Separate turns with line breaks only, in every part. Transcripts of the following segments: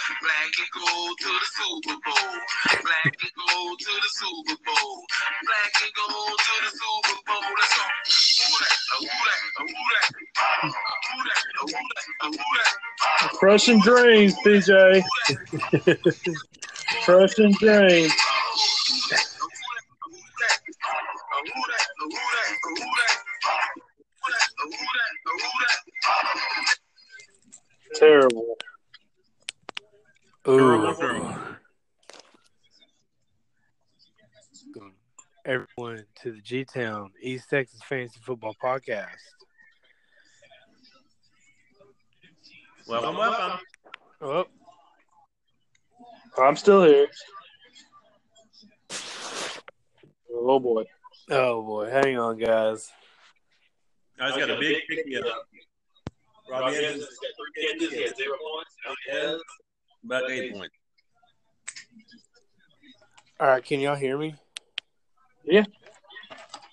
and gold to the Super Bowl. Black and gold to the Super Bowl. Black and gold to the Super Bowl. Let's go. Who that? Who that? Who that? Who that? Who that? Who that?
Crushing dreams, PJ. Crushing dreams. Terrible.
Ooh. Everyone to the G Town East Texas Fantasy Football Podcast.
Welcome, welcome.
Oh,
I'm still here. Oh boy.
oh boy, hang on, guys.
I just got a big pick up. Robbie Evans has got three catches. He has zero points. Alvin Evans, about eight points.
All right, can y'all hear me?
Yeah.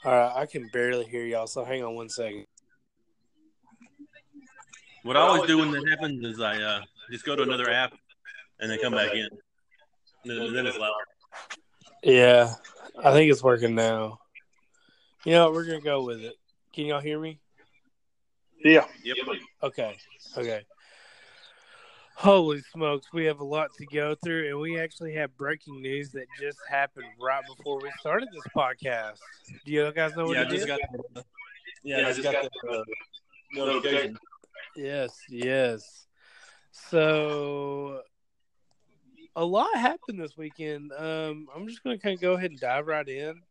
All right, I can barely hear y'all, so hang on one second.
What I always do when that happens is I uh, just go to another app and then come back in. And then- then it's loud.
Yeah, I think it's working now. You know, what, we're gonna go with it. Can y'all hear me?
Yeah.
Yep.
Okay. Okay. Holy smokes, we have a lot to go through, and we actually have breaking news that just happened right before we started this podcast. Do you guys know what
Yeah, I
it is?
just got. uh, Yeah, I just got the uh, notification.
Yes, yes. So a lot happened this weekend. Um, I'm just gonna kind of go ahead and dive right in.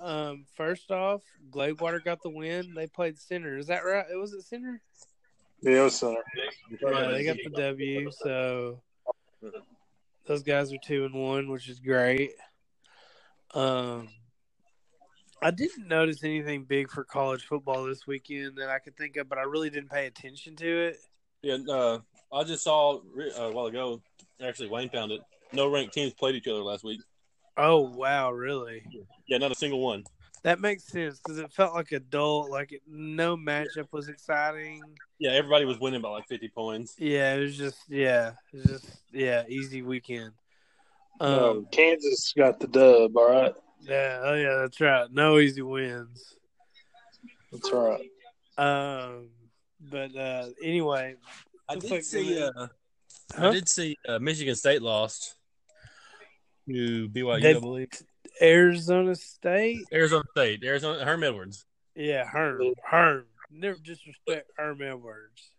Um, first off, Gladewater got the win. They played center. Is that right? It was it center.
Yeah, it was center.
Yeah, uh, they got the W. So those guys are two and one, which is great. Um, I didn't notice anything big for college football this weekend that I could think of, but I really didn't pay attention to it.
Yeah, uh, I just saw re- uh, a while ago. Actually, Wayne found it. No ranked teams played each other last week.
Oh wow, really?
Yeah, not a single one.
That makes sense because it felt like a dull, like it, no matchup was exciting.
Yeah, everybody was winning by like fifty points.
Yeah, it was just yeah, it was just yeah, easy weekend.
Um,
Um,
Kansas got the dub, all right.
yeah, oh yeah, that's right. No easy wins.
That's all right.
Um, but uh, anyway,
I
Looks
did
like
see.
we-
Uh,
Huh?
I did see uh, Michigan State lost to BYU.
They-
I believe
Arizona State.
Arizona State, Arizona Herm Edwards,
Yeah, Herm, Herm. Never disrespect Herm Edwards.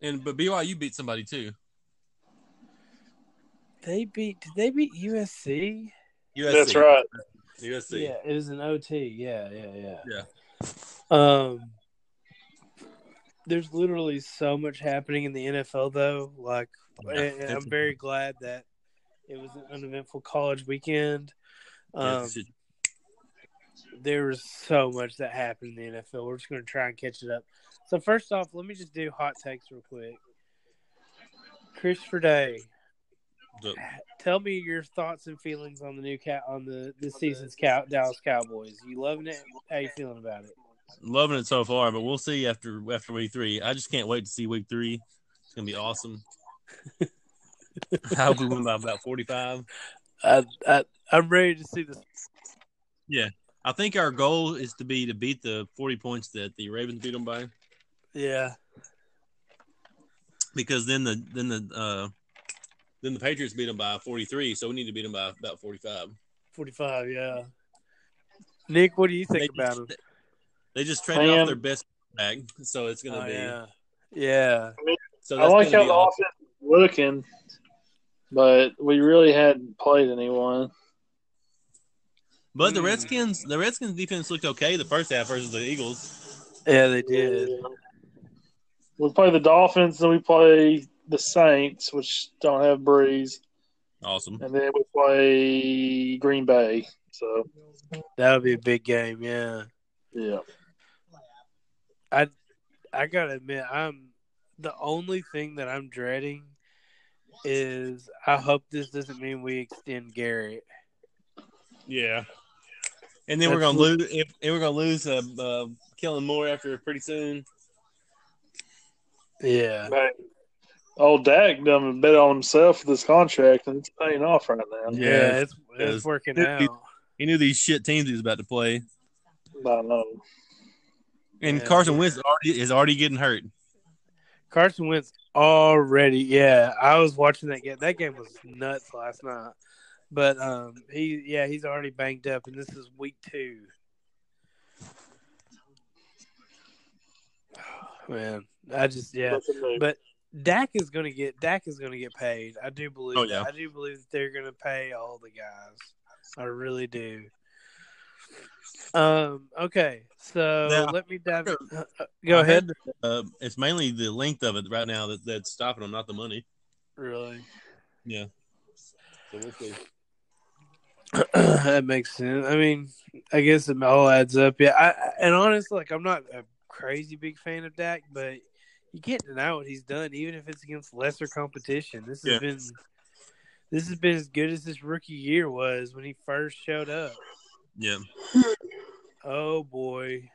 and but BYU beat somebody too.
They beat. Did they beat USC?
USC.
That's right.
USC.
Yeah, it was an OT. Yeah, yeah, yeah.
Yeah.
Um, there's literally so much happening in the NFL, though. Like,
Yeah,
and- and
it's-
I'm very glad that it was an uneventful college weekend.
Yeah,
Um,
shit.
there was so much that happened in the NFL. We're just going to try and catch it up. So, first off, let me just do hot takes real quick. Christopher Day,
The-
tell me your thoughts and feelings on the new cat on the this season's cow- Dallas Cowboys. You loving it? How you feeling about it?
loving it so far, but we'll see after after week three. I just can't wait to see week three. It's gonna be awesome. I hope we win by about forty five.
I, I I'm ready to see this.
I think our goal is to be to beat the forty points that the Ravens beat them by,
Yeah,
because then the then the uh then the Patriots beat them by forty three. So we need to beat them by about forty five.
45. Yeah. Nick, what do you think
They
about
just,
him?
They just traded
Man.
off their best back, so it's gonna
Oh,
be.
yeah. Yeah.
So
I
that's
like
gonna
how
be
the
awesome.
offense is looking, but we really hadn't played anyone.
But the
Mm.
Redskins, the Redskins defense looked okay the first half versus the Eagles.
Yeah, they did.
We play the Dolphins, then we play the Saints, which don't have Breeze,
Awesome.
and then we play Green Bay. So
That would be a big game. Yeah.
yeah,
I gotta admit, I'm the only thing that I'm dreading is I hope this doesn't mean we extend Garrett.
Yeah. And then we're gonna lose. And and we're gonna lose uh, uh, Kellen Moore after pretty soon.
Yeah.
but Old Dak done bet on himself with this contract, and it's paying off right now.
Yeah.
Yeah, it's, it's
Yes.
working
Dude,
out.
He knew these shit teams he was about to play,
I don't know.
and
Yeah.
Carson Wentz already is already getting hurt.
Carson Wentz already. Yeah, I was watching that game. That game was nuts last night. But um, he yeah, he's already banged up, and this is week two. man, I just yeah.
That's a move.
But Dak is going to get Dak is going to get paid. I do believe.
Oh, yeah.
I do believe that they're going to pay all the guys. I really do. Um. Okay. So
Now-
let me dive.
Sure.
uh, uh, go
I
ahead.
heard, Uh, it's mainly the length of it right now that, that's stopping him, not the money.
Really.
Yeah. So we'll see.
that makes sense. I mean, I guess it all adds up. Yeah. I, I- and honestly, like I'm not a crazy big fan of Dak, but you can't deny what he's done, even if it's against lesser competition. This has
Yeah.
been this has been as good as this rookie year was when he first showed up.
Yeah.
Oh boy.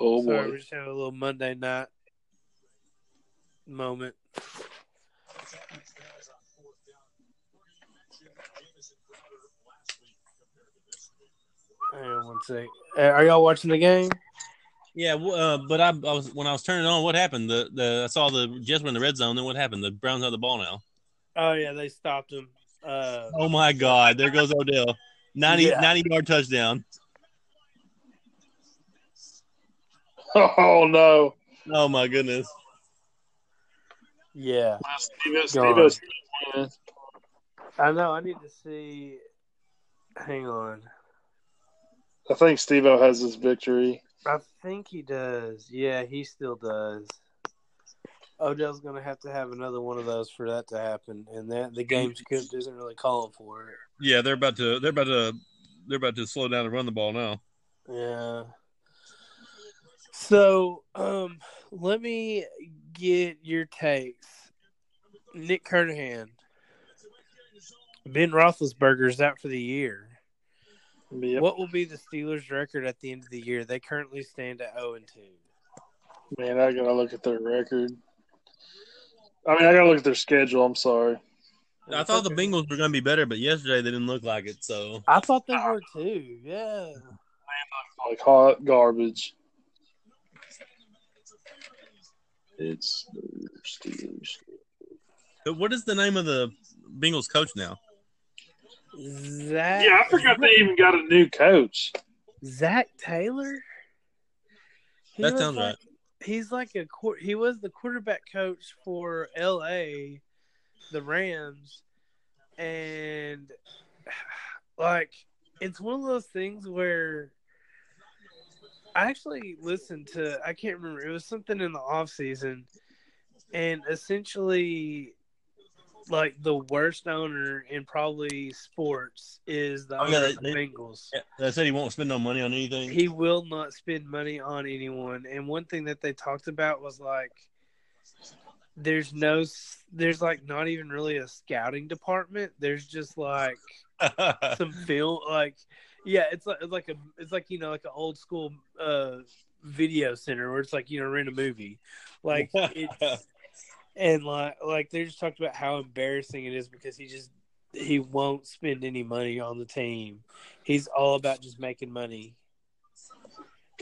oh
Sorry,
boy,
we're just having a little Monday night moment. Hang on one sec. Uh, Are y'all watching the game?
Yeah, well, uh, but I, I was when I was turning it on. What happened? The the I saw the Jets were in the red zone. Then what happened? The Browns have the ball now.
Oh yeah, they stopped him. Uh,
Oh my God! There goes Odell, 90,
Yeah.
90 yard touchdown.
oh no,
Oh my goodness!
yeah,
Steve,
God.
Steve
I know. I need to see. Hang on.
I think Steve O has his victory.
I think he does. Yeah, he still does. Odell's gonna have to have another one of those for that to happen, and that the game script isn't really calling for it.
Yeah, they're about to they're about to they're about to slow down and run the ball now.
Yeah. So, um, let me get your takes. Nick Kernahan, Ben Roethlisberger is out for the year.
Yep.
What will be the Steelers' record at the end of the year? They currently stand at zero and two.
Man, I gotta look at their record. I mean, I gotta look at their schedule. I'm sorry.
I thought the Bengals were going to be better, but yesterday they didn't look like it. So
I thought they were too. Yeah.
Like hot garbage. It's the Steelers.
But what is the name of the Bengals coach now?
Zach.
Yeah, I forgot they even got a new coach.
Zach Taylor. He
That
was
sounds
like,
right.
He's like a quar- he was the quarterback coach for L.A. the Rams, and like it's one of those things where I actually listened to I can't remember it was something in the off season, and essentially. Like the worst owner in probably sports is the
Oh, yeah,
owner
they-
of the
they-
Bengals.
They said he won't spend no money on anything.
He will not spend money on anyone. And one thing that they talked about was like, there's no, s- there's like not even really a scouting department. There's just like some film, like, yeah, it's like, it's like a, it's like, you know, like an old school uh, video center where it's like, you know, rent a movie. Like, it's, and like, like they just talked about how embarrassing it is because he just, he won't spend any money on the team. He's all about just making money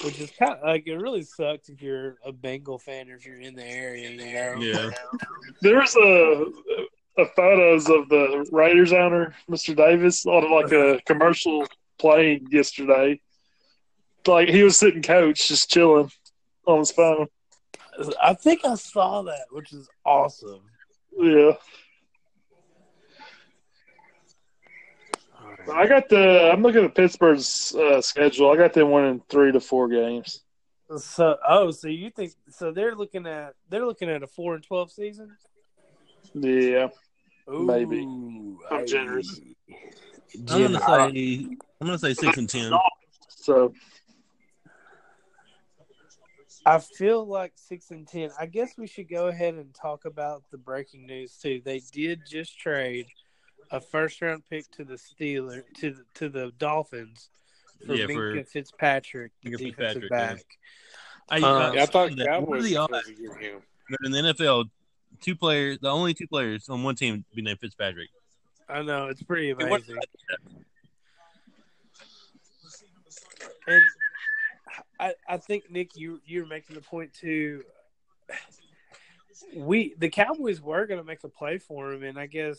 which is kind of like it really sucks if you're a Bengal fan or if you're in the area, you know.
Yeah.
There's a, a photos of the Raiders owner, Mr. Davis, on like a commercial plane yesterday. Like he was sitting coach, just chilling on his phone.
I think I saw that, which is awesome.
Yeah. I got the. I'm looking at Pittsburgh's uh, schedule. I got them winning three to four games.
So, oh, so you think so? They're looking at they're looking at a four and twelve season.
Yeah, Maybe.
Ooh,
I'm generous.
I'm going to
Generous.
say I'm going to say six and ten.
so
I feel like six and ten. I guess we should go ahead and talk about the breaking news too. They did just trade a first round pick to the Steelers to the, to the Dolphins for
Yeah, for-
Minka Fitzpatrick, the
Minka
defensive
Fitzpatrick, yeah.
back.
I,
Um,
Yeah, I thought
what are
Cowboys
the
were
odds?
supposed to give him.
in the NFL, two players, the only two players on one team be named Fitzpatrick.
I know it's pretty
It wasn't
amazing. And I, I think Nick, you you're making the point too. We the Cowboys were going to make a play for him, and I guess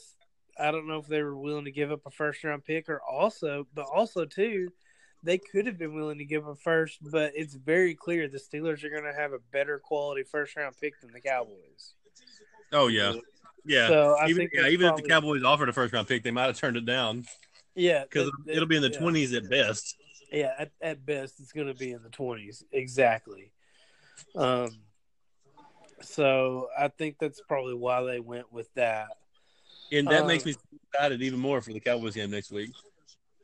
I don't know if they were willing to give up a first round pick or also, but also too, they could have been willing to give up first, but it's very clear the Steelers are going to have a better quality first round pick than the Cowboys.
Oh yeah, yeah.
So I
even
think
yeah,
that's
even if
probably-
the Cowboys offered a first round pick, they might have turned it down
yeah,
because
that-
it'll be in the
yeah.
twenties at best.
Yeah, at, at best, it's going to be in the twenties. Exactly. Um. So I think that's probably why they went with that.
And that
Uh,
makes me excited even more for the Cowboys game next week.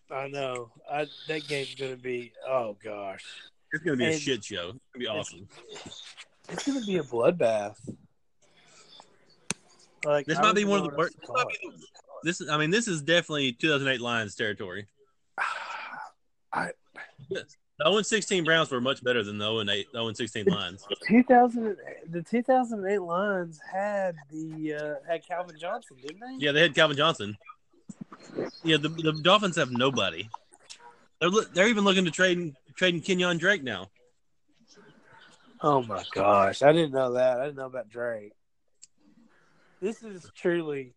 I know. I that game's going to be. Oh gosh,
It's gonna be a
and-
shit show. It's gonna be
it's-
awesome.
it's going to be a bloodbath. Like
This
I
might
don't
be
even
one
know
of the
what else
worst.
to
This,
call
might be the- this is, I mean, this is definitely 2008 Lions territory.
it.
The 0 16 Browns were much better than the 0 8, 0 16 Lions.
2000, the 2008 Lions had the uh, had Calvin Johnson, didn't they?
Yeah, they had Calvin Johnson. Yeah, the, the Dolphins have nobody. They're look, they're even looking to trade trading Kenyon Drake now.
Oh my gosh, I didn't know that. I didn't know about Drake. This is truly,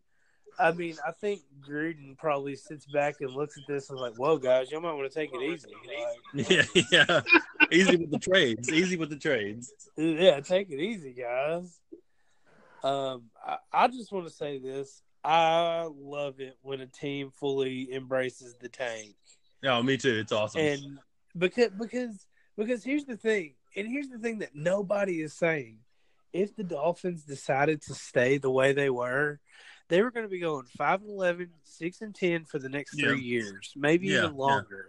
I mean, I think Gruden probably sits back and looks at this and is like, "Whoa, guys, y'all might want to take it easy. Like,
Yeah, yeah. Easy with the trades. Easy with the trades.
yeah, take it easy, guys." Um, I, I just want to say this: I love it when a team fully embraces the tank.
No, Oh, me too. It's awesome.
and because because because here's the thing and here's the thing that nobody is saying if the dolphins decided to stay the way they were they were going to be going 5 and 11 6 and 10 for the next
Yeah.
three years maybe
Yeah,
even
yeah.
longer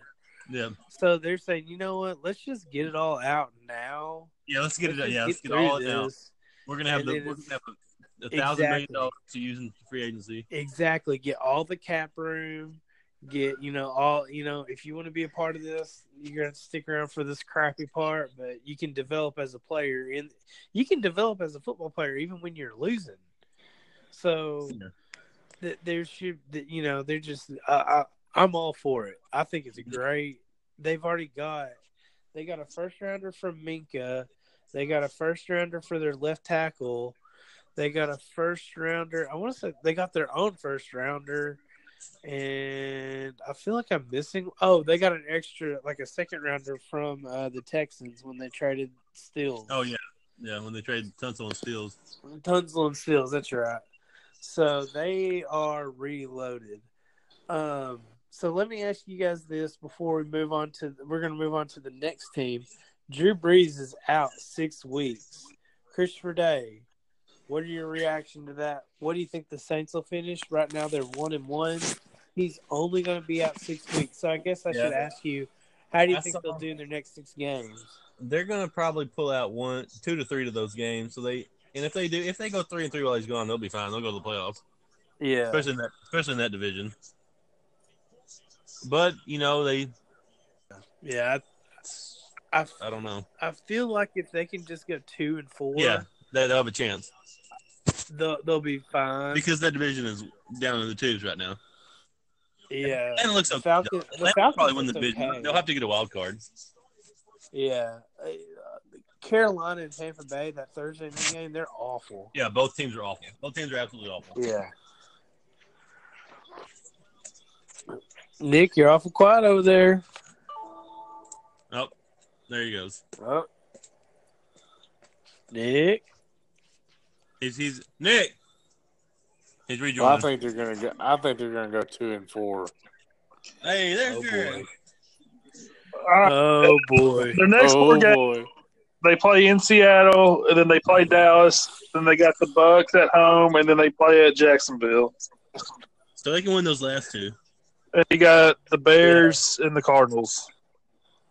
yeah,
so they're saying you know what let's just get it all out now
yeah. Let's get it.
Let's just
out. Yeah, let's get
through
all it out.
this.
We're gonna have
and
the
then
we're
it's-
gonna have a, a thousand million
Exactly.
dollars to use in free agency.
exactly get all the cap room get you know all you know if you want to be a part of this you're gonna have to stick around for this crappy part but you can develop as a player and you can develop as a football player even when you're losing so
Yeah.
th- there should th- you know they're just I, I, i'm all for it i think it's great they've already got they got a first rounder from minka they got a first rounder for their left tackle they got a first rounder. I want to say they got their own first rounder, and I feel like I'm missing. Oh, they got an extra, like a second rounder from uh, the Texans when they traded Steele.
Oh yeah, yeah. When they trade Tunsil and Steals,
Tunzel and Steels. That's right. So they are reloaded. Um, so let me ask you guys this before we move on to we're going to move on to the next team. Drew Brees is out six weeks. Christopher Day, what are your reaction to that? What do you think the Saints will finish? Right now they're one and one. He's only going to be out six weeks. So I guess I
Yeah.
should ask you, how do you
I
think
saw-
they'll do in their next six games?
they're gonna probably pull out one, two to three to those games. So they and if they do, if they go three and three while he's gone, they'll be fine. They'll go to the playoffs,
Yeah.
especially in that, especially in that division. But you know they,
Yeah. I, I
I don't know.
I feel like if they can just go two and four,
Yeah, they- they'll have a chance
they'll, they'll be fine.
because that division is down in the tubes right now.
yeah,
And it looks
the
okay.
Falcon- the
Atlanta
Falcons
probably win the
looked
division.
okay.
They'll have to get a wild card.
yeah. Uh, Carolina and Tampa Bay that Thursday night game, they're awful.
Yeah, both teams are awful. Both teams are absolutely awful.
Yeah. Nick, you're awful quiet over there.
Oh, there he goes.
Oh. Nick,
He's, he's Nick. He's
Well, I
rejoining.
think they're gonna go. I think they're gonna go two and four.
hey, there's
Oh,
Jared.
boy.
Uh,
oh boy,
their next
oh
four games,
boy!
they play in Seattle, and then they play Dallas. Then they got the Bucks at home, and then they play at Jacksonville.
So they can win those last two.
And you got the Bears and the Cardinals.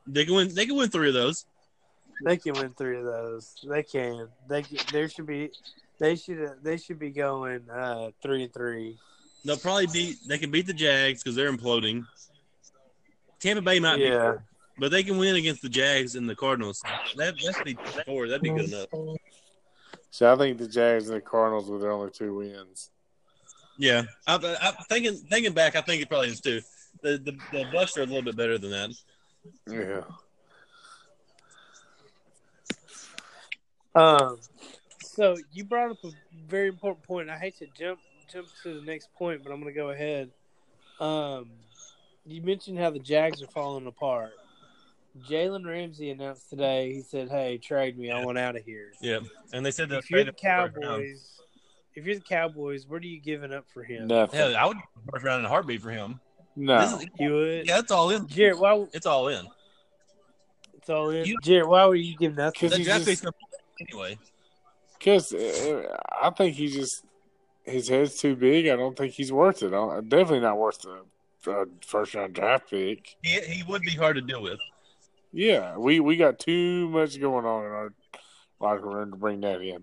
They can win. They can win three of those.
they can win three of those. They can. They can, there should be. They should. They should be going uh, three and three.
They'll probably beat. They can beat the Jags because they're imploding. Tampa Bay might be,
Yeah.
but they can win against the Jags and the Cardinals. That that's be four. That'd be good enough.
So I think the Jags and the Cardinals were their only two wins.
Yeah, I, I, I'm thinking thinking back, I think it probably is too. The the, the Bucks are a little bit better than that.
Yeah.
Um, so you brought up a very important point. I hate to jump jump to the next point, but I'm going to go ahead. Um, you mentioned how the Jags are falling apart. Jalen Ramsey announced today. He said, "Hey, trade me. I want out of here."
Yeah, and they said that
If you're the Cowboys, if you're the Cowboys, what are you giving up for him?
Nothing.
Yeah, I would first round in a heartbeat for him.
No.
This is-
You would,
yeah, it's all in.
Jared. Why?
It's all in.
It's all in.
You-
Jared, why would you give nothing?
'Cause
That
he
draft
just-
pick's gonna- anyway.
Because uh, I think he just his head's too big. I don't think he's worth it. I- Definitely not worth a, a first round draft pick.
He, he would be hard to deal with.
Yeah, we we got too much going on in our locker room to bring that in.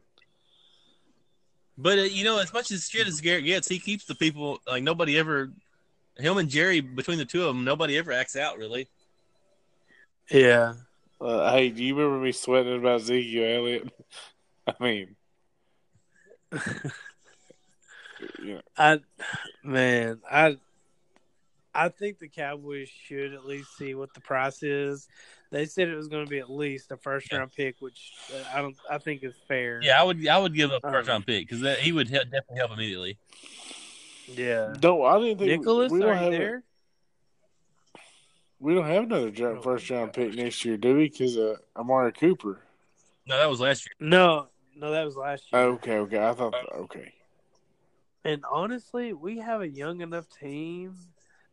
But uh, you know, as much as shit as Garrett gets, he keeps the people. Like nobody ever, him and Jerry between the two of them, nobody ever acts out really.
Yeah.
Uh, hey, do you remember me sweating about Ezekiel Elliott? I mean, yeah,
I man, I I think the Cowboys should at least see what the price is. They said it was going to be at least a first round pick, which uh, I don't I think is fair.
Yeah, I would. I would give up
Uh-huh.
first round pick because that he would he- definitely help immediately.
Yeah.
no, I didn't think
Nicholas,
we don't
are you
have
there?
A, we don't have another draft,
Oh,
first round
gosh.
pick next year, do we? Because uh, Amari Cooper.
No, that was last year.
No, no, that was last year.
Okay, okay, I thought okay.
And honestly, we have a young enough team.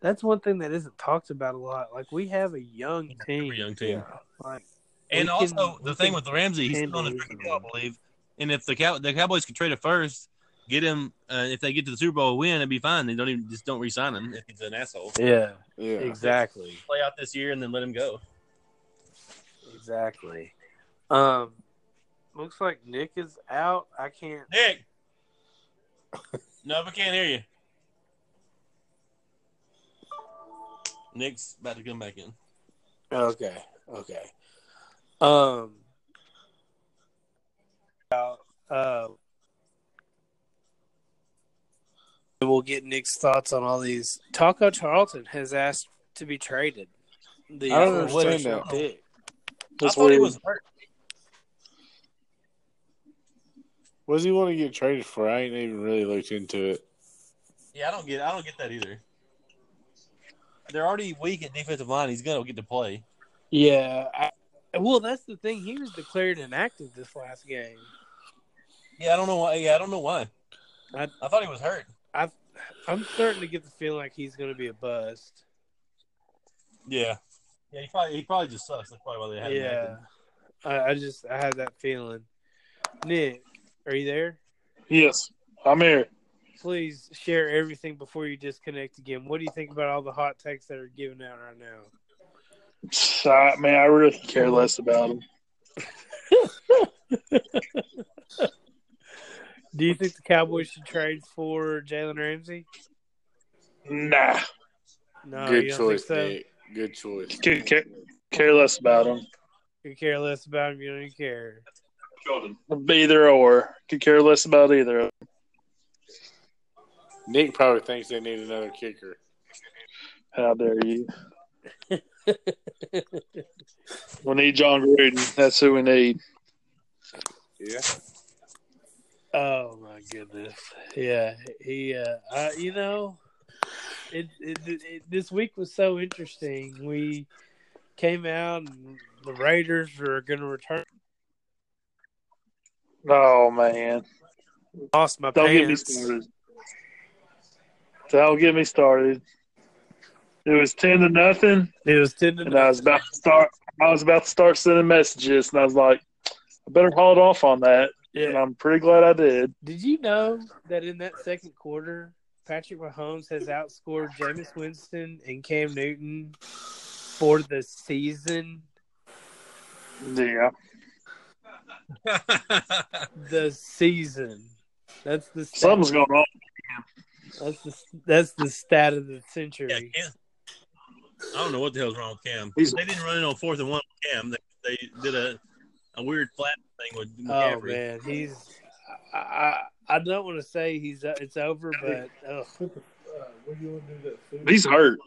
That's one thing that isn't talked about a lot. Like we have a young team.
Super young team.
Like
And
We
also
can-
the
we
thing
can
with Ramsey, he's still on a
handle
free
it.
deal, I believe. And if the Cow- the Cowboys could trade a first, get him. Uh, if they get to the Super Bowl win, it'd be fine. They don't even just don't re-sign him if he's an asshole.
Yeah.
Yeah,
Exactly.
Play out this year and then let him go.
Exactly. Um looks like Nick is out. I can't
Nick, no, we can't hear you. Nick's about to come back in.
Okay. Okay. Um. Uh, and we'll get Nick's thoughts on all these. Taco Charlton has asked to be traded. The
I don't
uh,
understand
first round
that.
pick.
I
That's
thought he
weird.
was hurt.
What does he want to get traded for? I ain't even really looked into it.
Yeah, I don't get. I don't get that either. They're already weak at defensive line. He's gonna get to play.
Yeah. I, well, that's the thing. He was declared inactive this last game.
Yeah, I don't know why. Yeah, I don't know why.
I-
I thought he was hurt.
I, I'm starting to get the feeling like he's going to be a bust.
Yeah. Yeah, he probably he probably just sucks. That's probably why they had him
Yeah.
active.
I, I just I had that feeling. Nick, are you there?
Yes, I'm here.
please share everything before you disconnect again. What do you think about all the hot takes that are given out right now?
I, man, I really care less about him.
Do you think the Cowboys should trade for Jalen Ramsey?
Nah,
No,
Good
Uh, you don't
choice,
think so.
Nick. Good choice.
could care, care less about him.
You care less about him. You don't even care.
Either or, could care less about either. of 'em.
Nick probably thinks they need another kicker.
How dare you? we need John Gruden. That's who we need.
Yeah.
Oh my goodness. Yeah, he. Uh, I, you know, it, it, it this week was so interesting. We came out and the Raiders were going to return.
Oh man,
Lost my
don't get me
pants.
started. Don't get me started. It was ten to nothing,
It was ten to
and I was about to start. I was about to start sending messages, and I was like, I better hold off on that.
Yeah.
And I'm pretty glad I did.
Did you know that in that second quarter, Patrick Mahomes has outscored Jameis Winston and Cam Newton for the season?
Yeah,
The season. That's the stat,
something's going on.
that's the that's the stat of the
yeah,
century.
Cam. I don't know what the hell's wrong with Cam.
He's-
they didn't run it on fourth and one with Cam. They, they did a, a weird flat thing with
Oh
McCaffrey.
man, he's I I, I don't want to say he's uh, it's over, but ugh,
He's hurt.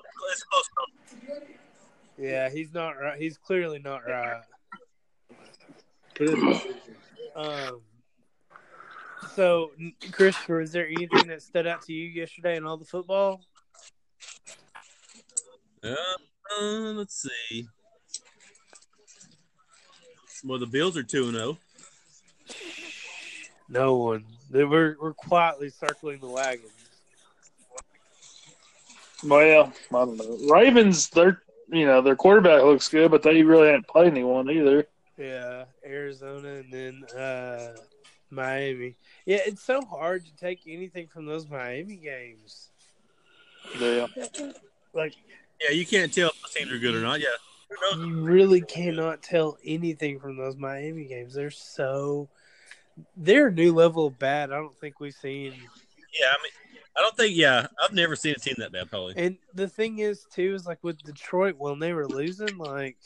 yeah, he's not right. He's clearly not right. Um. So, n- Christopher, is there anything that stood out to you yesterday in all the football?
Uh, uh, let's see. Well, the Bills are oh. 2 0.
No one. They We're we're quietly circling the wagons.
Well, I don't know. Ravens, they're you know their quarterback looks good, but they really haven't played anyone either.
Yeah, Arizona and then uh, Miami. Yeah, it's so hard to take anything from those Miami games.
Yeah.
Like
Yeah, you can't tell if the teams are good or not. Yeah. Who knows?
you really cannot tell anything from those Miami games. They're so they're a new level of bad. I don't think we've seen.
Yeah, I mean, I don't think, yeah, I've never seen a team that bad, probably.
And the thing is, too, is like with Detroit when they were losing, like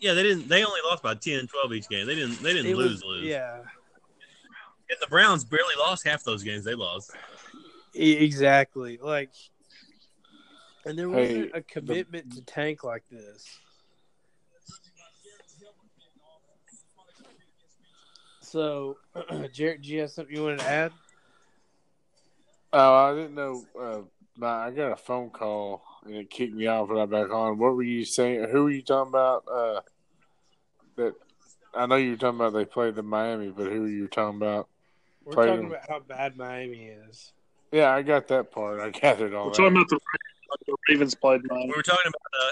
Yeah, they didn't, they only lost by 10, 12 each game. They didn't, they didn't
it
lose,
was,
lose.
yeah,
And the Browns barely lost half those games they lost.
e- exactly. Like, and there
Hey,
wasn't a commitment to tank like this. So, Jared, do you have something you wanted to add?
Oh, I didn't know. Uh, my, I got a phone call and it kicked me off, and I'm back on. What were you saying? Who were you talking about? Uh, that I know you were talking about. They played the Miami, but who were you talking about?
We're
Play
talking
them.
about how bad Miami is.
Yeah, I got that part. I gathered all
We're
that.
talking about the, the Ravens played
We
mine.
were talking about uh,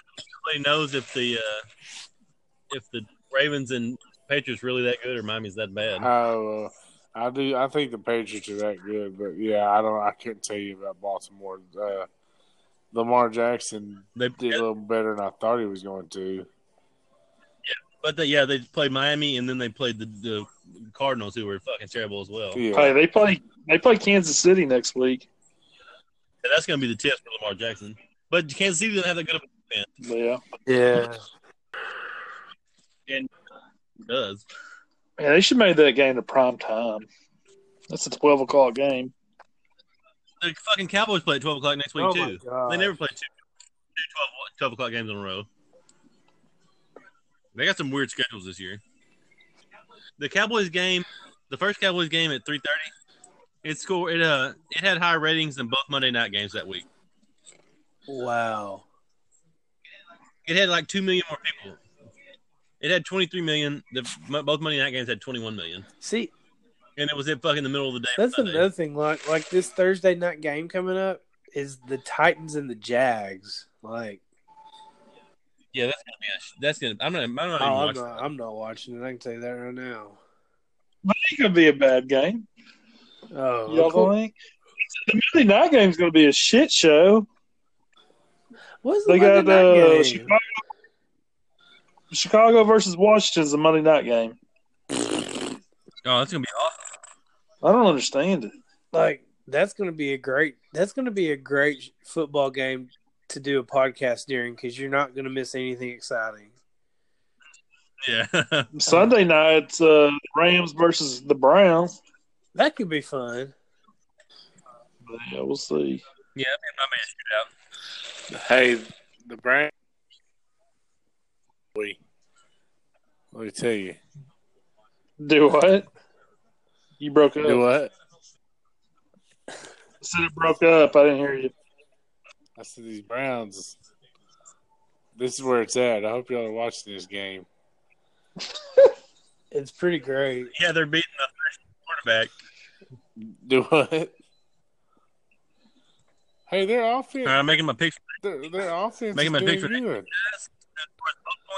nobody knows if the uh, if the Ravens and Patriots really that good or Miami's that bad.
Oh, uh, I do. I think the Patriots are that good, but yeah, I don't. I couldn't tell you about Baltimore. Uh, Lamar Jackson
They,
did a little better than I thought he was going to.
but they, yeah, they played Miami and then they played the, the Cardinals, who were fucking terrible as well.
Yeah,
Hey, they play they play Kansas City next week.
And that's going to be the test for Lamar Jackson. But Kansas City doesn't have that good of a defense.
Yeah.
Yeah.
It Does
Yeah, they should make that game to prime time. That's a twelve o'clock game.
the fucking Cowboys play at twelve o'clock next week
Oh my
too?
god.
They never play two, two 12, 12 o'clock games in a row. They got some weird schedules this year. The Cowboys game, the first Cowboys game at three thirty, it scored it uh it had higher ratings than both Monday night games that week.
Wow.
It had like two million more people. It had twenty three million. The mo- both Monday night games had twenty one million,
See,
and it was at fucking the middle of the day. on
that's
Sunday.
another thing. Like, like this Thursday night game coming up is the Titans and the Jags. Like,
Yeah, that's gonna be. A, sh- that's gonna. I'm not. I'm not
oh,
even
I'm
watching.
not, I'm not watching it. I can tell you that right now.
I think it'll be a bad game.
Oh,
Y'all
cool.
think? The Monday night game's going to be a shit show.
What's the
They got
Monday night
uh,
game?
Chicago, Chicago versus Washington's the Monday night game.
Oh, that's gonna be awesome.
I don't understand it.
Like, that's going to be a great. That's going to be a great football game to do a podcast during because you're not going to miss anything exciting.
Yeah.
Sunday night, it's uh, Rams versus the Browns.
That could be fun.
Yeah, we'll see.
yeah. I mean,
Hey, the brand. We. Let me tell you.
Do what? You broke up.
Do what?
I said it broke up. I didn't hear you.
I said these Browns. This is where it's at. I hope y'all are watching this game.
It's pretty great.
yeah, they're beating the quarterback.
Do what? Hey, their offense.
I'm making my picture.
Their, their offense
Uh, Making my
is doing
picture.
good.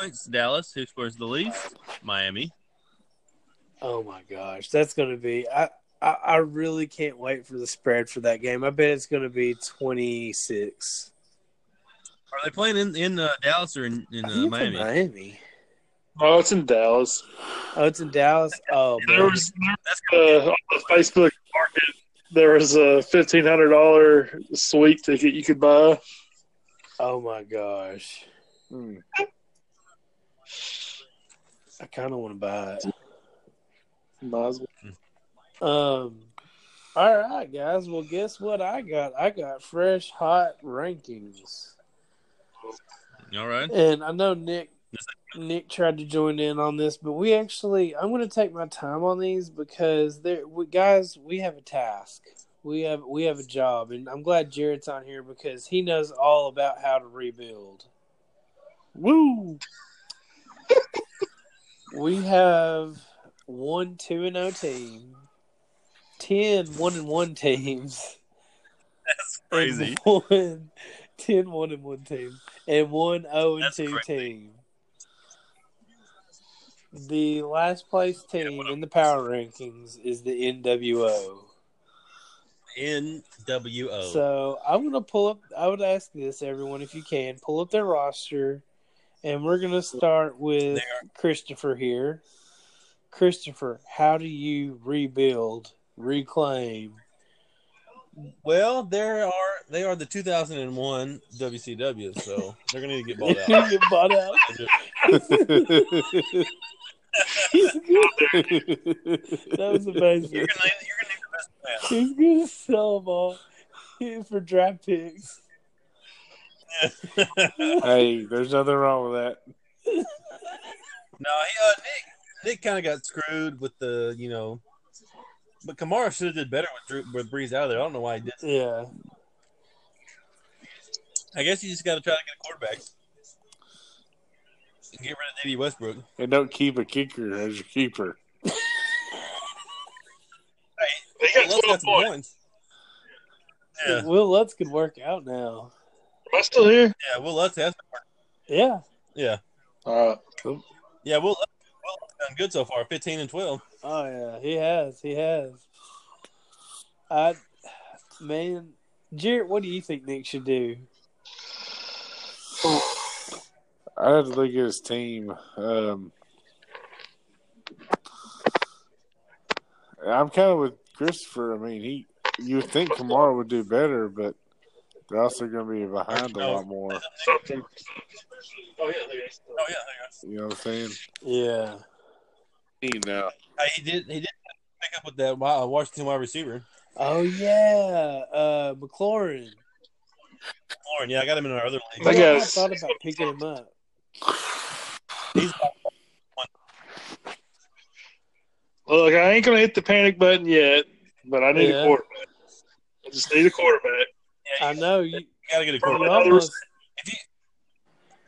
points. Dallas, who scores the least? Miami.
Oh my gosh, that's going to be. I, I I really can't wait for the spread for that game. I bet it's going to be twenty six.
Are they playing in in uh, Dallas or in, in uh, Miami?
Miami.
Oh, it's in Dallas.
Oh, it's in Dallas. Oh,
There
man.
was
That's
uh, on the Facebook market, there was a fifteen hundred dollar suite ticket you could buy.
oh my gosh.
Hmm.
I kind of want to buy it.
Might as well.
Um, all right, guys. Well, guess what I got? I got fresh hot rankings,
All right.
and I know Nick. Nick tried to join in on this, but we actually I'm going to take my time on these because there, we, guys, we have a task. We have we have a job, and I'm glad Jared's on here because he knows all about how to rebuild.
Woo!
We have one two and O team, ten one and one teams.
That's
and One, 10 1 and 1 team. And one oh and
That's
2
crazy.
team. The last place team
what
in the power rankings is the NWO.
NWO.
So I'm going to pull up, I would ask this, everyone, if you can, pull up their roster. And we're going to start with Christopher here. Christopher, how do you rebuild, reclaim?
well, there are they are the 2001 WCW, so they're gonna need to get bought out.
Get bought out. That was amazing.
You're gonna need, you're gonna need the best man.
He's gonna sell them all for draft picks.
hey, there's nothing wrong with that.
No, he, uh, Nick Nick kind of got screwed with the you know, but Kamara should have did better with Drew, with Breeze out of there. I don't know why he did.
Yeah,
I guess you just got to try to get a quarterback. And Get rid of Diddy Westbrook.
And don't keep a kicker as your keeper.
They got
Love's
12
some
points.
points. Yeah,
Will Lutz could work out now.
Am I still here?
yeah, Will Lutz has.
Yeah,
Yeah,
All right.
yeah, Will Lutz, Will Lutz done good so far. Fifteen and twelve.
oh yeah, he has, he has. I, man, Jarrett, what do you think Nick should do?
I had to look at his team. Um, I'm kind of with Christopher. I mean, he you would think Kamara would do better, but they're also going to be behind a lot more.
Something. Oh, yeah, there it is.
Oh yeah, there you
You know what I'm saying?
Yeah,
now.
go. Uh, he did. He did pick up with that wi- uh, Washington wide receiver.
oh yeah, uh, McLaurin.
Lauren, yeah, I got him in our other league.
They
You know, I
got-
thought about picking him up.
Look, I ain't going to hit the panic button yet, but I need
Yeah.
a quarterback. I just need a quarterback.
Yeah,
I
you
know you.
gotta get a
You
quarterback.
almost,
If you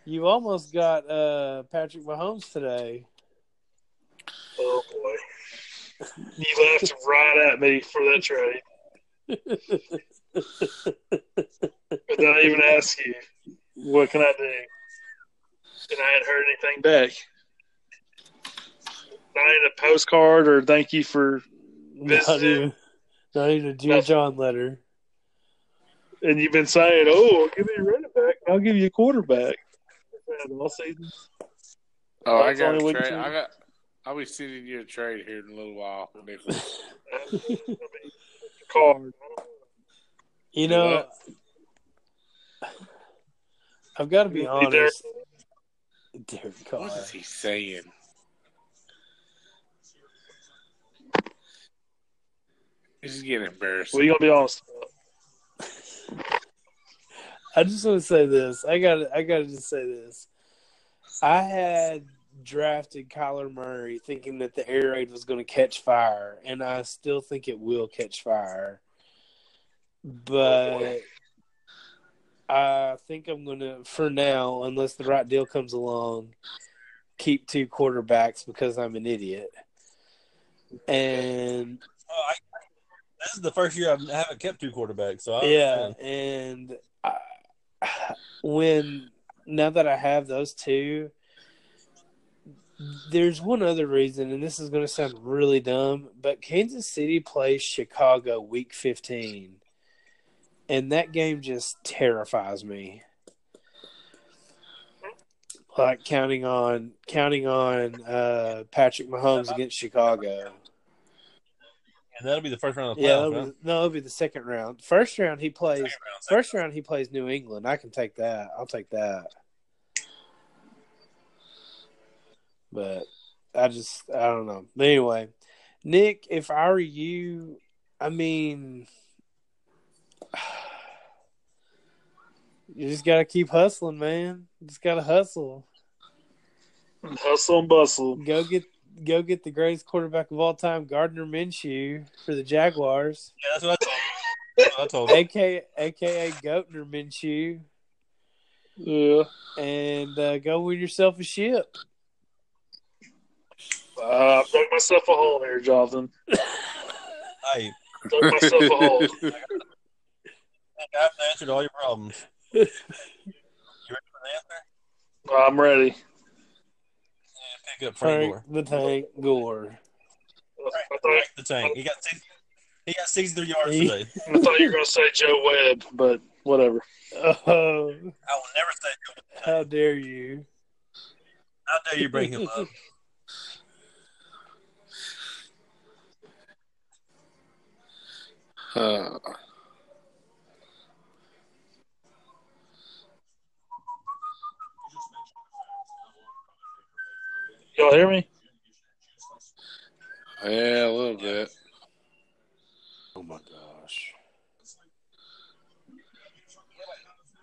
you almost got uh, Patrick Mahomes today.
Oh, boy. You laughed right at me for that trade. Without even asking you, what can I do? And I hadn't heard anything back. Not even a postcard or thank you for. This
not
is-
even, not even a Dear
That's-
John letter.
And you've been saying, "Oh, give me a running back, and I'll give you a quarterback." And all season,
Oh, I
That's
got
only
a
week
trade.
two.
I got. I'll be sending you a trade here in a little while, Nicholas.
I mean, card.
You know, I've got to be
Hey,
honest. Derek Carr.
What is he saying? This is getting embarrassing.
Well, you gonna be honest.
I just want to say this. I got. to I got to just say this. I had drafted Kyler Murray thinking that the air raid was going to catch fire, and I still think it will catch fire. But I think I'm going to, for now, unless the right deal comes along, keep two quarterbacks because I'm an idiot. And
Oh, I, this is the first year I've, I haven't kept two quarterbacks, so I
yeah, and I, when now that I have those two, there's one other reason, and this is going to sound really dumb, but Kansas City plays Chicago Week 15, and that game just terrifies me. Like counting on counting on uh, Patrick Mahomes against Chicago.
and that'll be the first round of the playoffs.
Yeah, that'll
huh?
be, no, it'll be the second round. First round he plays
Second round, second
First round, he plays New England. I can take that. I'll take that. But I just, I don't know. But anyway, Nick, if I were you, I mean, you just got to keep hustling, man. You just got to hustle.
Hustle and bustle.
Go get go get the greatest quarterback of all time, Gardner Minshew, for the Jaguars.
Yeah, that's what I told. That's what I told him.
AKA, AKA Goatner Minshew,
Yeah.
and uh, go win yourself a ship.
Uh, I dug myself a hole here, Jonathan.
Hey,
Dug myself a hole.
I've answered all your problems. you ready for the answer?
I'm ready.
Yeah, pick up
Frank
Frank Gore.
the Tank Gore.
I
Frank
thought,
the tank. He got six, he got sixty-three yards today.
I thought you were going to say Joe Webb, but whatever.
Oh,
I will never say. Joe.
how dare you!
How dare you bring him up?
Uh,
Y'all hear me?
yeah, a little bit.
Oh my gosh!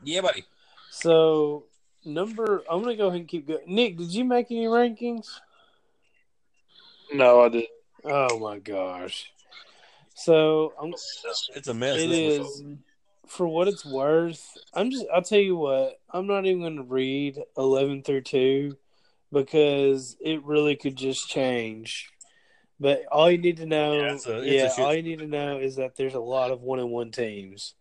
Yeah, buddy.
So number, I'm gonna go ahead and keep going. Nick, did you make any rankings?
No, I didn't.
Oh my gosh! So I'm
It's a mess.
It is
this one's-
for what it's worth. I'm just I'll tell you what, I'm not even gonna read eleven through two because it really could just change. But all you need to know
Yeah,
Yeah,
it's a- it's a shit-
all you need to know is that there's a lot of one and one teams.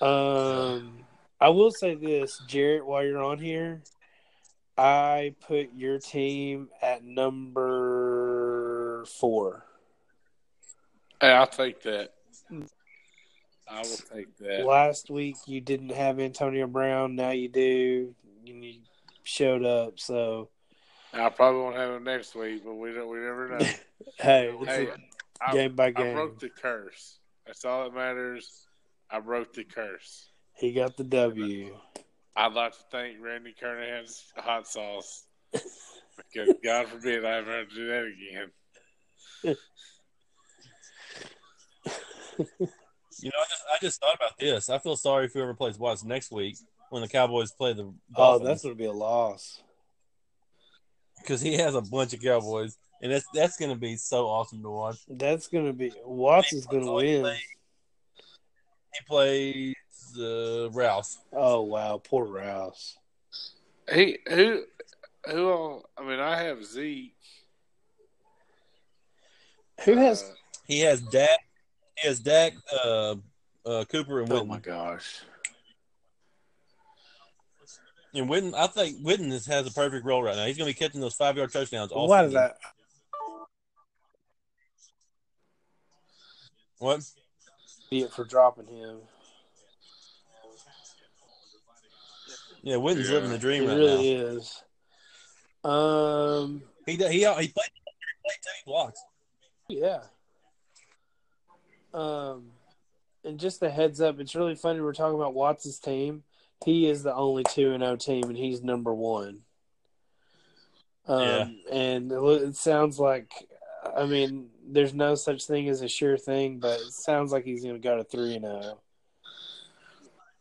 Um I will say this, Jarrett, while you're on here, I put your team at number four.
Hey, I'll take that. I will take that.
last week you didn't have Antonio Brown. Now you do. And you showed up. So
I probably won't have him next week, but we don't. We never know.
hey, it's
Hey, I,
game by
I
game.
broke the curse. That's all that matters. I broke the curse.
he got the W.
I'd like to thank Randy Kernahan's hot sauce because God forbid I ever have to do that again.
You know, I just I just thought about this. I feel sorry if whoever plays Watts next week when the Cowboys play the
Oh,
Dolphins
that's gonna be a loss.
because he has a bunch of Cowboys, and that's that's going to be so awesome to watch.
That's gonna be Watts is gonna win.
He plays uh, Rouse.
Oh wow, poor Rouse.
He who who all? I mean, I have Zeke.
Who has?
Uh,
He has Dak. He has Dak, uh, uh, Cooper, and
oh
Witten.
my gosh!
and Witten, I think Witten is, has a perfect role right now. He's going to be catching those five yard touchdowns.
Uh,
All
Why did
season.
that?
What?
Idiot for dropping him.
Yeah, Witten's
Yeah.
living the dream
He
right now.
really is. Um.
He do- he he played, he played two blocks.
Yeah. Um, and just a heads up, it's really funny. We're talking about Watts' team. He is the only two and O team, and he's number one. Um, and it, lo- it sounds like, I mean, there's no such thing as a sure thing, but it sounds like he's going to go to three and oh. O.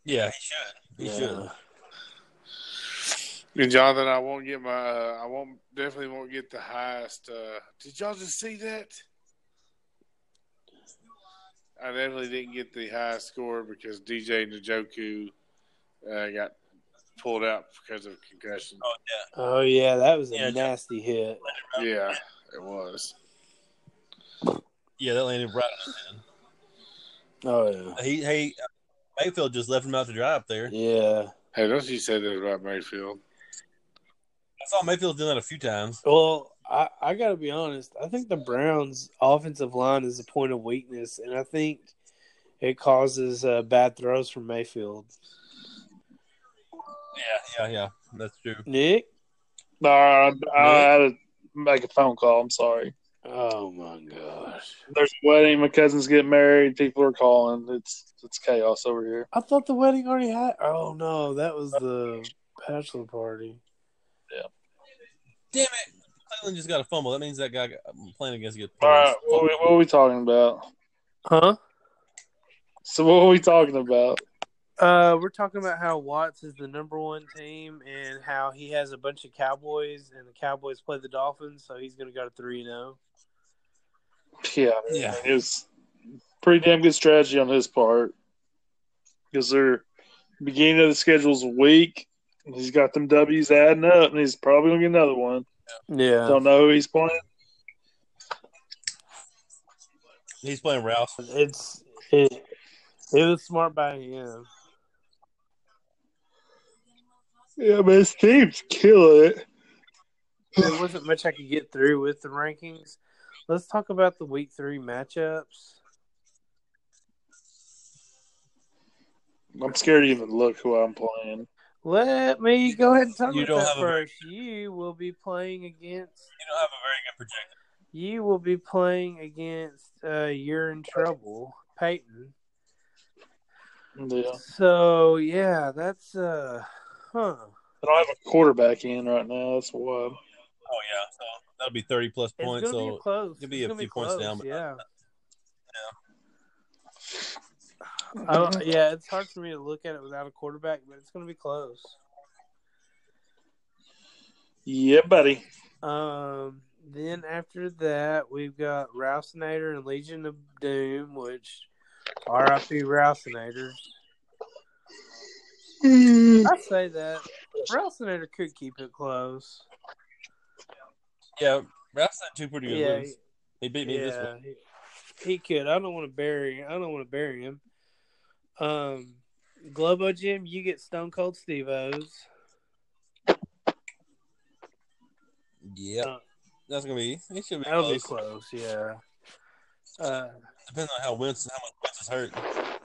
Yeah, he should. He
Yeah.
should.
And Jonathan, I won't get my. Uh, I won't definitely won't get the highest. Uh, did y'all just see that? I definitely didn't get the highest score because DJ Njoku uh, got pulled out because of concussion.
Oh yeah.
Oh yeah, that was a
Yeah, Jeff-
nasty hit.
Yeah, it was.
Yeah, that landed right. on his head.
Oh
He he uh, Mayfield just left him out to dry up there.
yeah, yeah.
Hey, don't you say that about Mayfield?
I saw Mayfield doing that a few times.
Well, I, I got to be honest. I think the Browns' offensive line is a point of weakness, and I think it causes uh, bad throws from Mayfield.
Yeah, yeah, yeah. That's true.
Nick?
No, I, I had to make a phone call. I'm sorry.
Oh my gosh!
There's a wedding. My cousin's getting married. People are calling. It's it's chaos over here.
I thought the wedding already had. Oh no, that was the bachelor party.
Damn it! Cleveland just got a fumble. That means that guy got, I'm playing against good
All right,
players.
what we, what are we talking about?
Huh?
So what are we talking about?
Uh, we're talking about how Watts is the number one team and how he has a bunch of Cowboys and the Cowboys play the Dolphins, so he's going to go to three and oh. zero.
Yeah,
Yeah.
it was pretty damn good strategy on his part because their beginning of the schedule's weak. and He's got them W's adding up, and he's probably gonna get another one.
Yeah,
Don't know who he's playing.
He's playing Ralph.
it's it. It was smart by him.
Yeah, but his team's killing it.
There wasn't much I could get through with the rankings. Let's talk about the week three matchups.
I'm scared to even look who I'm playing.
Let me go ahead and talk
You
about
don't
that
have a very-
first. You will be playing against.
You don't have a very good projector.
You will be playing against. Uh, you're in trouble, Peyton.
Yeah,
So yeah, that's uh, huh?
I don't have a quarterback in right now. That's why.
Oh yeah, so that'll be thirty plus
It's
points.
gonna be
So
close.
it'll be
It's
a
gonna
few points down, but-
yeah. Oh yeah, it's hard for me to look at it without a quarterback, but it's gonna be close.
Yeah, buddy.
Um, then after that, we've got Rousinator and Legion of Doom, which RIP Rousinators. I say that Rousinator could keep it close.
yeah, Ralph's had two pretty good
Yeah,
wins. He beat me this
yeah,
one.
he, he could. I don't want to bury. I don't want to bury him. Um, Globo Jim, you get Stone Cold Steve O's.
Yeah,
Uh,
that's gonna be. He should be
That'll
close.
be close. Yeah. Uh,
Depends on how Winston, how much Winston's hurt.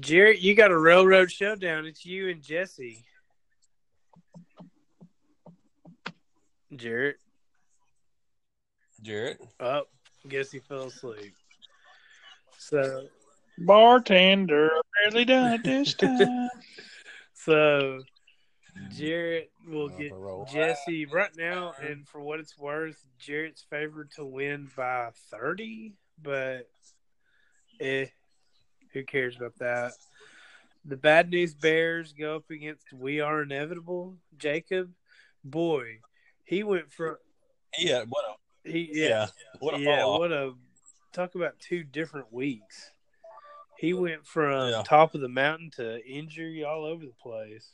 Jarrett, you got a railroad showdown. It's you and Jesse. Jarrett,
Jarrett.
oh, guess he fell asleep. So,
Bartender, barely done it this time.
so Jarrett will
Oh,
get
Roll.
Jesse right now, and for what it's worth, Jarrett's favored to win by thirty, but eh, who cares about that? The bad news bears go up against We Are Inevitable. Jacob, boy, he went from
Yeah, what a
he
yeah,
yeah
what a
yeah
fall.
what a talk about two different weeks. He went from
Yeah.
top of the mountain to injury all over the place.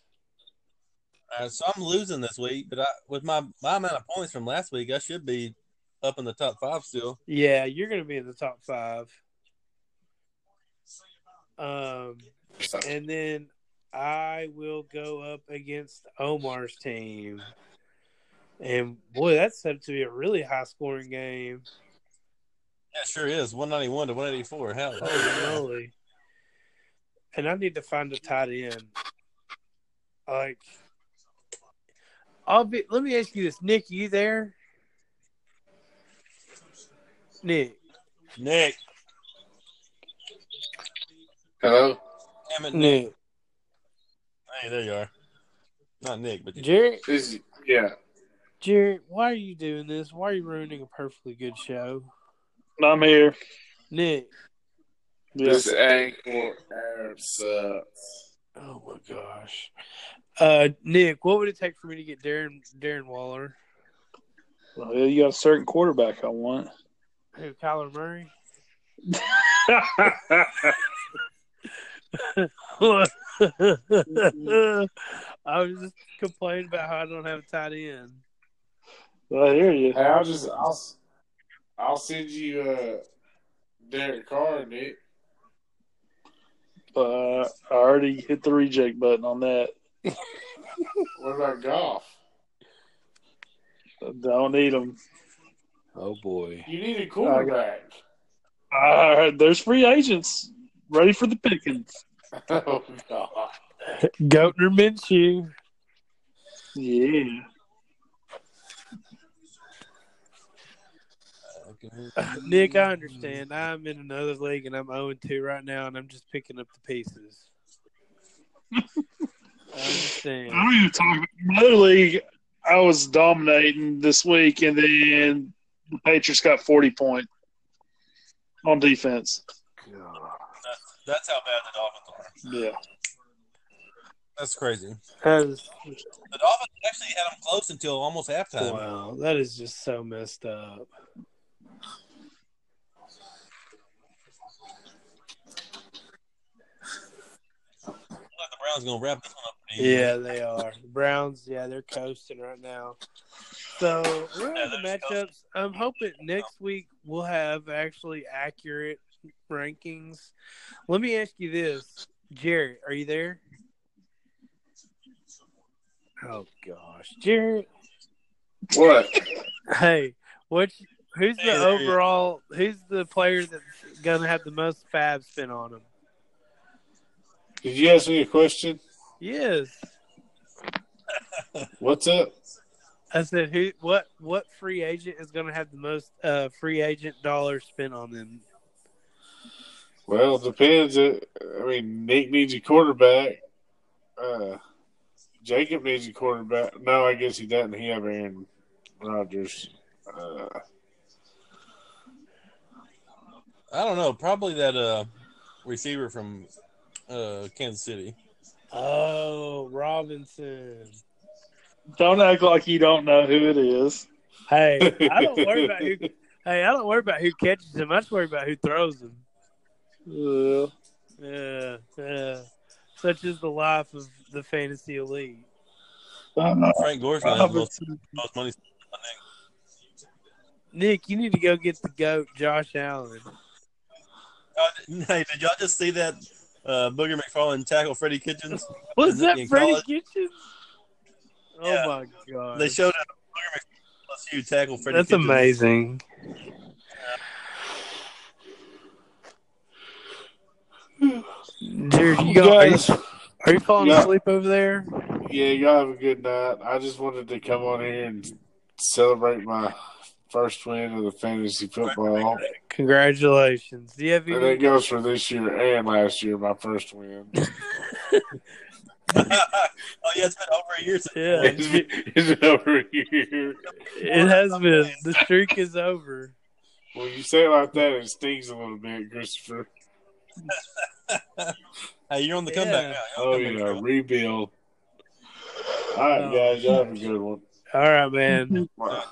Uh, so I'm losing this week, but I, with my my amount of points from last week, I should be up in the top five still.
Yeah, you're going to be in the top five. Um, and then I will go up against Omar's team. And boy, that's set to be a really high scoring game.
Yeah, sure is. 191 to 184. Hell,
Holy moly. And I need to find a tight end. Like, I'll be, let me ask you this. Nick, you there? Nick.
Nick,
Hello?
damn it, Nick.
Nick.
Hey, there you are. Not Nick, but
Jared,
This is, yeah.
Jared, why are you doing this? Why are you ruining a perfectly good show?
I'm here.
Nick.
Yes.
This ankle air sucks.
Oh my gosh. Uh, Nick, what would it take for me to get Darren Darren Waller?
Well, you got a certain quarterback I want.
Who, Kyler Murray? I was just complaining about how I don't have a tight end.
I hear you.
Hey, I'll just, I'll, s- I'll send you uh, Derek Carr, Nick.
Uh, I already hit the reject button on that.
What about golf?
I don't need him.
Oh boy.
You need a quarterback.
Uh, there's free agents ready for the pickings.
Oh, God.
Goatner Minshew.
Yeah.
Nick, I understand. I'm in another league and I'm 0 2 right now and I'm just picking up the pieces. I
I
understand.
don't even talk about my league. I was dominating this week, and then the Patriots got forty point on defense.
God.
That's how bad the Dolphins are.
Yeah,
That's crazy.
That is,
The Dolphins actually had them close until almost halftime.
wow, that is just so messed up.
Look, the Browns gonna wrap this one up.
Yeah, they are. The Browns, yeah, they're coasting right now. So we're
Yeah,
at the
they're
matchups. I'm hoping next week we'll have actually accurate rankings. Let me ask you this, Jared, are you there? Oh gosh, Jared.
What?
Hey, what's who's
Hey,
the
there you-
overall? Who's the player that's gonna have the most fab spin on him?
Did you ask me a question?
Yes,
What's up?
I said who? What? What free agent is gonna have the most uh, free agent dollars spent on them?
Well, it depends. Uh, I mean, Nick needs a quarterback. Uh, Jacob needs a quarterback. No, I guess he doesn't. He have Aaron Rodgers. Uh,
I don't know. Probably that uh receiver from uh Kansas City.
Oh, Robinson.
don't act like you don't know who it is.
Hey, I don't worry about who. Hey, I don't worry about who catches him. I just worry about who throws him.
Yeah.
Yeah, yeah. Such is the life of the fantasy elite.
I know.
Frank Gore's gonna have the most,
Robinson.
most money.
Nick, you need to go get the goat, Josh Allen.
Uh, Hey, did y'all just see that uh Booger McFarland tackle Freddie Kitchens?
Was that
In
Freddie
college?
Kitchens? Oh
Yeah.
my god,
They showed up Booger McFarland plus you tackle Freddie
that's
Kitchens.
amazing. Dude, you go, are, you,
guys,
are you falling
Yeah.
asleep over there?
yeah, y'all have a good night. I just wanted to come on here and celebrate my first win of the fantasy football.
Congratulations. Do you have
And
any?
it goes for this year and last year, my first win.
oh yeah, it's been over a year since.
Yeah,
It's been- it's been over a year.
it has been. The streak is over.
When you say it like that, it stings a little bit, Christopher.
Hey, you're on the
Yeah.
comeback now. You're on
Oh
the comeback
yeah,
trail.
rebuild. All right, guys, y'all have a good one.
All right, man.
Wow.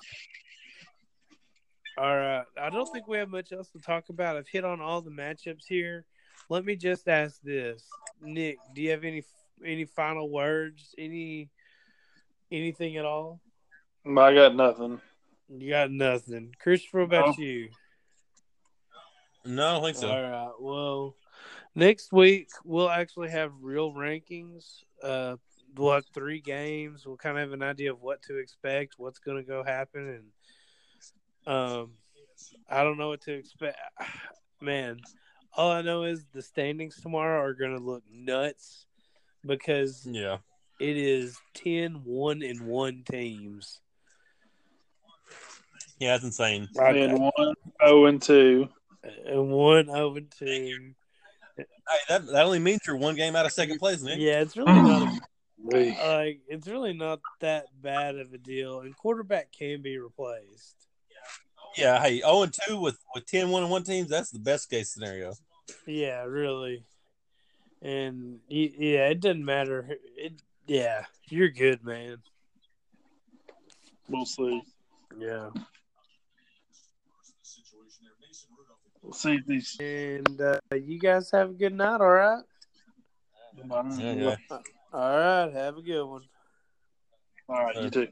All right. I don't think we have much else to talk about. I've hit on all the matchups here. Let me just ask this, Nick. Do you have any any final words? Any anything at all?
I got nothing.
You got nothing, Christopher. what About you.
No, I don't think so.
All right. Well, next week we'll actually have real rankings. Uh, we'll have three games. We'll kind of have an idea of what to expect, what's going to go happen, and um, I don't know what to expect. Man, all I know is the standings tomorrow are going to look nuts because
Yeah.
it is 10 1 and 1 teams.
Yeah, that's insane.
And one oh and two.
And 1 0 uh, oh, and 2.
Hey, that, that only means you're one game out of second place, Nick.
Yeah, it's really not a
Hey.
like it's really not that bad of a deal, and quarterback can be replaced.
Yeah, hey, 0 and 2 with, with 10 1 and 1 teams, that's the best case scenario.
Yeah, really. And y- yeah, it doesn't matter. who- It yeah, you're good, man.
We'll see.
Yeah.
We'll see if these.
And uh, you guys have a good night. All right.
Yeah, yeah.
All right. Have a good one.
All right, you too.